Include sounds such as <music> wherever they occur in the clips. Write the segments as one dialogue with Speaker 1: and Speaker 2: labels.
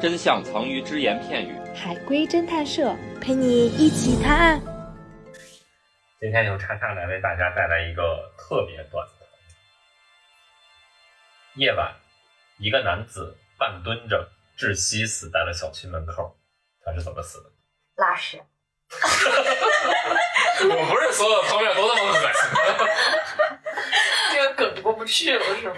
Speaker 1: 真相藏于只言片语。
Speaker 2: 海龟侦探社陪你一起探案。
Speaker 3: 今天由叉叉来为大家带来一个特别短的。夜晚，一个男子半蹲着窒息死在了小区门口，他是怎么死的？
Speaker 4: 拉屎，
Speaker 5: 我不是所有泡面都那么恶心。
Speaker 6: 这个梗过不去了是吗？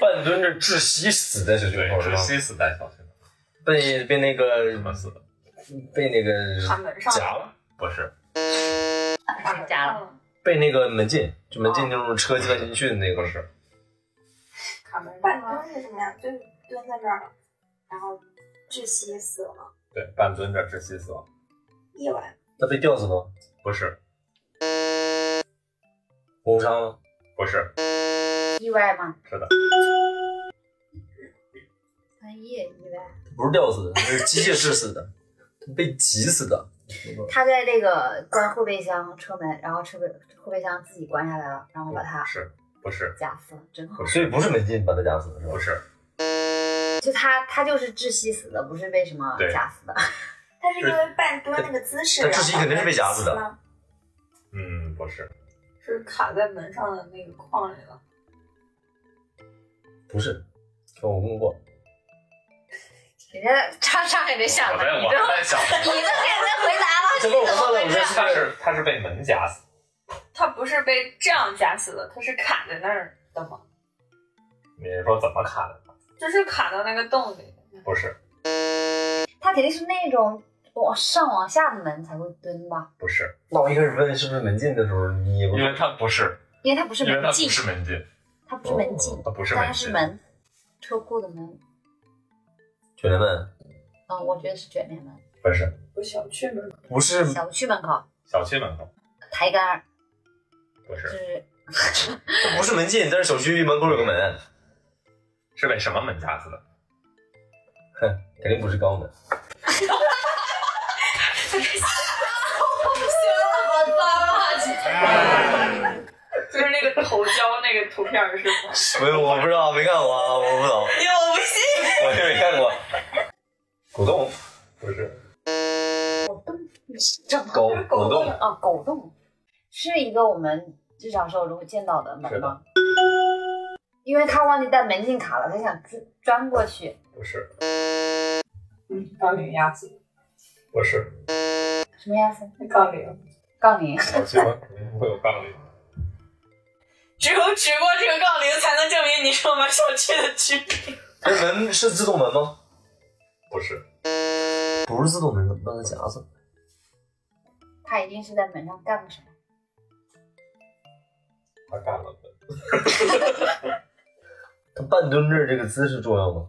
Speaker 3: 半蹲着窒息死在小区
Speaker 5: 对
Speaker 3: 门，口，
Speaker 5: 窒息死在小区门口，
Speaker 3: 被被那个
Speaker 5: 怎么死的？
Speaker 3: 被那个
Speaker 4: 喊门上
Speaker 3: 夹了，
Speaker 5: 不是，
Speaker 4: 上家了，
Speaker 3: 被那个门禁，就门禁就是车进来进去的那个
Speaker 5: 不是，
Speaker 6: 嗯
Speaker 4: 卡门
Speaker 7: 板
Speaker 4: 上了。
Speaker 7: 凳是什么呀？就蹲在这儿，然后窒息死了。
Speaker 5: 对，半蹲着窒息死亡，
Speaker 7: 夜晚
Speaker 3: 他被吊死了，
Speaker 5: 不是，
Speaker 3: 谋杀了，
Speaker 5: 不是，
Speaker 4: 意外吗？
Speaker 5: 是的，
Speaker 4: 半夜意外。
Speaker 3: 不是吊死的，是机械致死的， <laughs> 被挤死的。
Speaker 4: 他在那个关后备箱车门，然后车备后备箱自己关下来了，然后把
Speaker 3: 啊
Speaker 4: 他
Speaker 5: 是，不是，
Speaker 4: 夹死了，真好。
Speaker 3: 所以不是门禁把他夹死的，是吧
Speaker 5: 不？是，
Speaker 4: 就他他就是窒息死的，不是被什么
Speaker 5: 对
Speaker 4: 夹死的。 <laughs>
Speaker 7: 他是因为半蹲那个姿势，
Speaker 3: 他
Speaker 7: 然后
Speaker 3: 窒息肯定是被夹死的
Speaker 7: 窒息吗。
Speaker 5: 嗯，不是，
Speaker 6: 是卡在门上的那个框里了。
Speaker 3: 不是，我问过，
Speaker 4: 人家叉叉给人想
Speaker 5: 我
Speaker 4: 了，
Speaker 5: 在
Speaker 4: 你
Speaker 5: 我
Speaker 4: 都
Speaker 5: 在想，
Speaker 4: <laughs> 你都给人回答了，
Speaker 3: 这问我
Speaker 4: 怎么
Speaker 3: 算了，
Speaker 4: 回
Speaker 3: 我
Speaker 4: 事
Speaker 3: 说
Speaker 5: 他是他是被门夹死，
Speaker 6: 他不是被这样夹死的，他是卡在那儿的吗？
Speaker 5: 你是说怎么卡的？
Speaker 6: 就是卡到那个洞里。
Speaker 5: 不是，
Speaker 4: 他肯定是那种往上往下的门才会蹲吧，
Speaker 5: 不是，
Speaker 3: 那我一开始问是不是门禁的时候，你也不
Speaker 5: 因为他不是，
Speaker 4: 因为他不是
Speaker 5: 因为他
Speaker 4: 门
Speaker 5: 不
Speaker 4: 禁，
Speaker 5: 是门禁，
Speaker 4: 他不是门禁，
Speaker 5: 他不是
Speaker 4: 但
Speaker 5: 门
Speaker 4: 他是
Speaker 5: 禁，
Speaker 4: 门，车库的门。
Speaker 3: 卷帘门，
Speaker 4: 嗯，我觉得是卷帘门，
Speaker 5: 不是
Speaker 6: 我小区门口
Speaker 3: 不 <laughs> 是
Speaker 4: 小区门口
Speaker 5: 小区门口，
Speaker 4: 抬杆儿，
Speaker 5: 不，
Speaker 4: 就是是
Speaker 3: 不是门禁，但是小区门口有个门，
Speaker 5: 是被什么门夹死的？
Speaker 3: 哼，肯定不是肛门。
Speaker 4: 哎
Speaker 6: 就是那个头胶那个图片儿是吗？
Speaker 3: 没有， <laughs> 我不知道，没看过啊，我不懂。
Speaker 4: 哎
Speaker 3: 因为我不信，我也没看过。果冻，
Speaker 5: 不是，
Speaker 4: 正好
Speaker 3: 狗
Speaker 4: 就是狗
Speaker 3: 狗洞
Speaker 4: 洞啊，狗洞是一个我们日常生活中会见到的门
Speaker 5: 是的
Speaker 4: 吗？因为他忘记带门禁卡了，他想钻钻过去，
Speaker 5: 不是，
Speaker 6: 嗯，杠铃压死，
Speaker 5: 不是，
Speaker 4: 什么意思？
Speaker 6: 杠铃。
Speaker 4: 杠铃，
Speaker 5: 小区门口不会有杠铃。
Speaker 6: 只有举过这个杠铃，才能证明你是我们小区的居民。
Speaker 3: 这门是自动门吗？
Speaker 5: 不是，
Speaker 3: 不是自动门，怎么让它夹死？
Speaker 4: 他一定是在门上干了什么。
Speaker 5: 他干了门
Speaker 3: 它半蹲着这个姿势重要吗？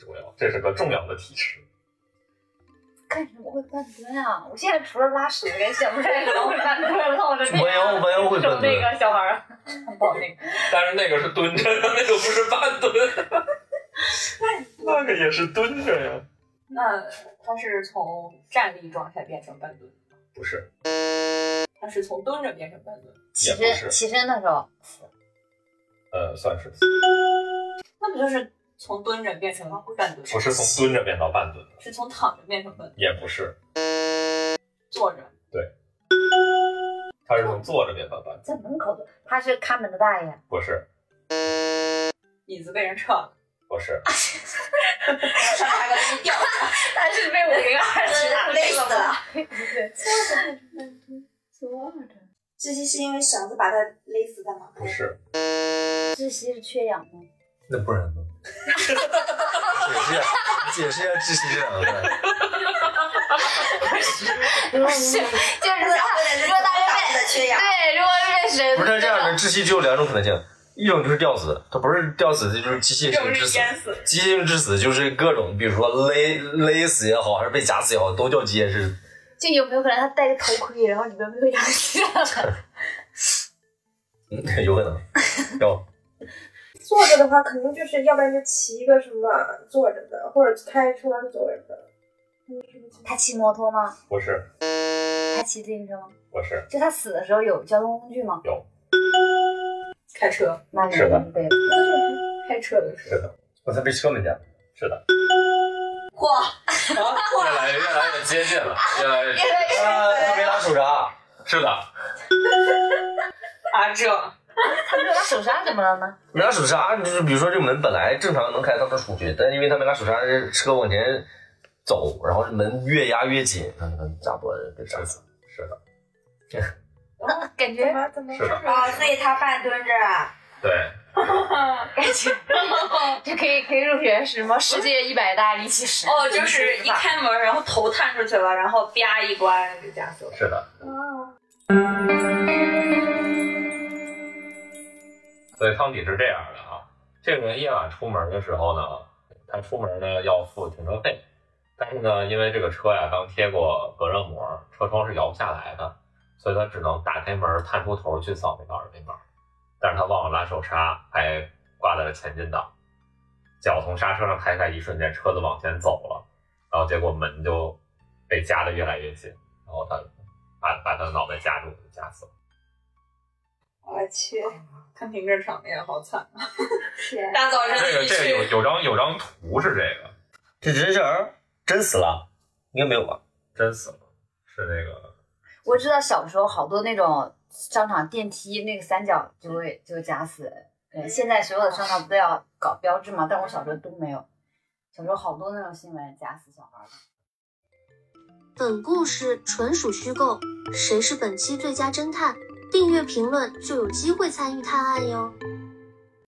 Speaker 5: 重要，这是个重要的提示。
Speaker 4: 干什么会半蹲啊？我现在除了拉屎，我也想不出来什么会半蹲了。我的
Speaker 6: 啊
Speaker 4: 天、
Speaker 3: 弯腰，弯腰会
Speaker 4: 就
Speaker 3: 半
Speaker 4: 那
Speaker 3: 蹲。
Speaker 4: 个小孩儿，抱那个，
Speaker 5: 但是那个是蹲着的，那个不是半
Speaker 4: <laughs>
Speaker 5: 蹲。
Speaker 4: 哎
Speaker 5: 那个也是蹲着呀。
Speaker 6: 那他是从站立状态变成半蹲，
Speaker 5: 不是，
Speaker 6: 他是从蹲着变成半蹲，
Speaker 4: 起
Speaker 5: 也不
Speaker 4: 身
Speaker 5: 是
Speaker 4: 起身的时候，
Speaker 5: 呃，算是
Speaker 6: 那不就是从蹲着变
Speaker 7: 嗯
Speaker 6: 成半蹲？
Speaker 5: 不是从蹲着变到半蹲，
Speaker 6: 是从躺着变成半蹲，
Speaker 5: 也不是，
Speaker 6: 坐着。
Speaker 5: 他是从坐着变到半蹲，
Speaker 4: 在门口的，他是看门的大爷，
Speaker 5: 不是，
Speaker 6: 椅子被人撤了，
Speaker 5: 不是，
Speaker 6: 他个东西掉了，
Speaker 7: <laughs>
Speaker 4: 但是被我零二
Speaker 7: 嗯累死了。 <laughs>
Speaker 4: 对，
Speaker 7: 窒息是因为绳子把他勒死的吗？
Speaker 5: 不是，
Speaker 4: 窒息是缺氧吗？
Speaker 3: 那不然呢？解释一下，解释一下窒息这两啊个字。
Speaker 4: 不是，就是
Speaker 7: 想问的是
Speaker 4: 如果大
Speaker 7: 打
Speaker 4: 家
Speaker 7: 不
Speaker 4: 被
Speaker 7: 的缺氧。
Speaker 4: 对，如果是被绳子，
Speaker 3: 不是它这样的，窒息只有两种可能性，一种就是吊死，它不是吊死，这就是机械
Speaker 6: 要
Speaker 3: 性
Speaker 6: 不
Speaker 3: 致
Speaker 6: 是
Speaker 3: 死。
Speaker 6: 淹死了。
Speaker 3: 机械性致死就是各种，比如说勒勒死也好，还是被夹死也好，都叫机械致死。
Speaker 4: 就有没有可能他戴个头盔，然后里边没有氧气了？
Speaker 3: 嗯，有
Speaker 6: <laughs>
Speaker 3: 可能。有，
Speaker 7: <laughs> 坐着的话，肯定就是要不然就骑一个什么坐着的，或者开车坐着的。
Speaker 4: 他骑摩托吗？
Speaker 5: 不是，
Speaker 4: 他骑自行车吗？
Speaker 5: 不是，
Speaker 4: 就他死的时候有交通工具吗？
Speaker 5: 有，
Speaker 6: 开车，
Speaker 7: <laughs>
Speaker 4: 那
Speaker 5: 是的
Speaker 4: 对，
Speaker 6: 开车的时
Speaker 5: 是的，
Speaker 3: 我才被车门夹。
Speaker 5: 是的，
Speaker 4: 候，
Speaker 6: 哇，
Speaker 5: 越来越来越接近了，越来越接近了
Speaker 3: 呃，他没拉手啥，
Speaker 5: 是的，
Speaker 6: 啊这，
Speaker 7: 哦
Speaker 4: 他没有拉手刹怎么了呢？
Speaker 3: 没拉手刹，就是比如说这门本来正常能开到这出去，但因为他没拉手刹，这车往前走，然后门越压越紧，然后扎脖子给扎死。
Speaker 5: 是的，
Speaker 4: 感
Speaker 7: 哎
Speaker 8: 怎
Speaker 4: 觉
Speaker 8: 么怎么
Speaker 5: 是的
Speaker 7: 哦，所以他半蹲着啊，
Speaker 5: 对，
Speaker 4: 感觉这可以可以入选什么 <laughs> 世界一百大力气十
Speaker 6: 哦就是一开门，然后头探出去了，然后啪一关就加速。
Speaker 5: 是的，
Speaker 8: 啊？
Speaker 5: 所以汤底是这样的啊，这个人夜晚出门的时候呢，他出门呢要付停车费，但是呢，因为这个车呀刚贴过隔热膜，车窗是摇不下来的，所以他只能打开门探出头去扫那个二维码，但是他忘了拉手刹，还挂在了前进档，脚从刹车上开开，一瞬间车子往前走了，然后结果门就被夹得越来越紧，然后他把把他的脑袋夹住，就夹死了。
Speaker 7: 我去，
Speaker 6: 看停这场面好惨，
Speaker 4: 天
Speaker 6: 大早晨
Speaker 5: 这
Speaker 6: 的
Speaker 5: 个
Speaker 6: 一
Speaker 5: 这个有
Speaker 6: 去，
Speaker 5: 有张有张图是这个。
Speaker 3: 这人人儿真死了？应该没有吧？
Speaker 5: 真死了，是那个
Speaker 4: <laughs> 我知道小时候好多那种商场电梯那个三角就会就会夹死人。对，现在所有的商场不都要搞标志吗？但我小时候都没有。小时候好多那种新闻夹死小孩儿的。
Speaker 9: 本故事纯属虚构，谁是本期最佳侦探？订阅评论就有机会参与探案哟。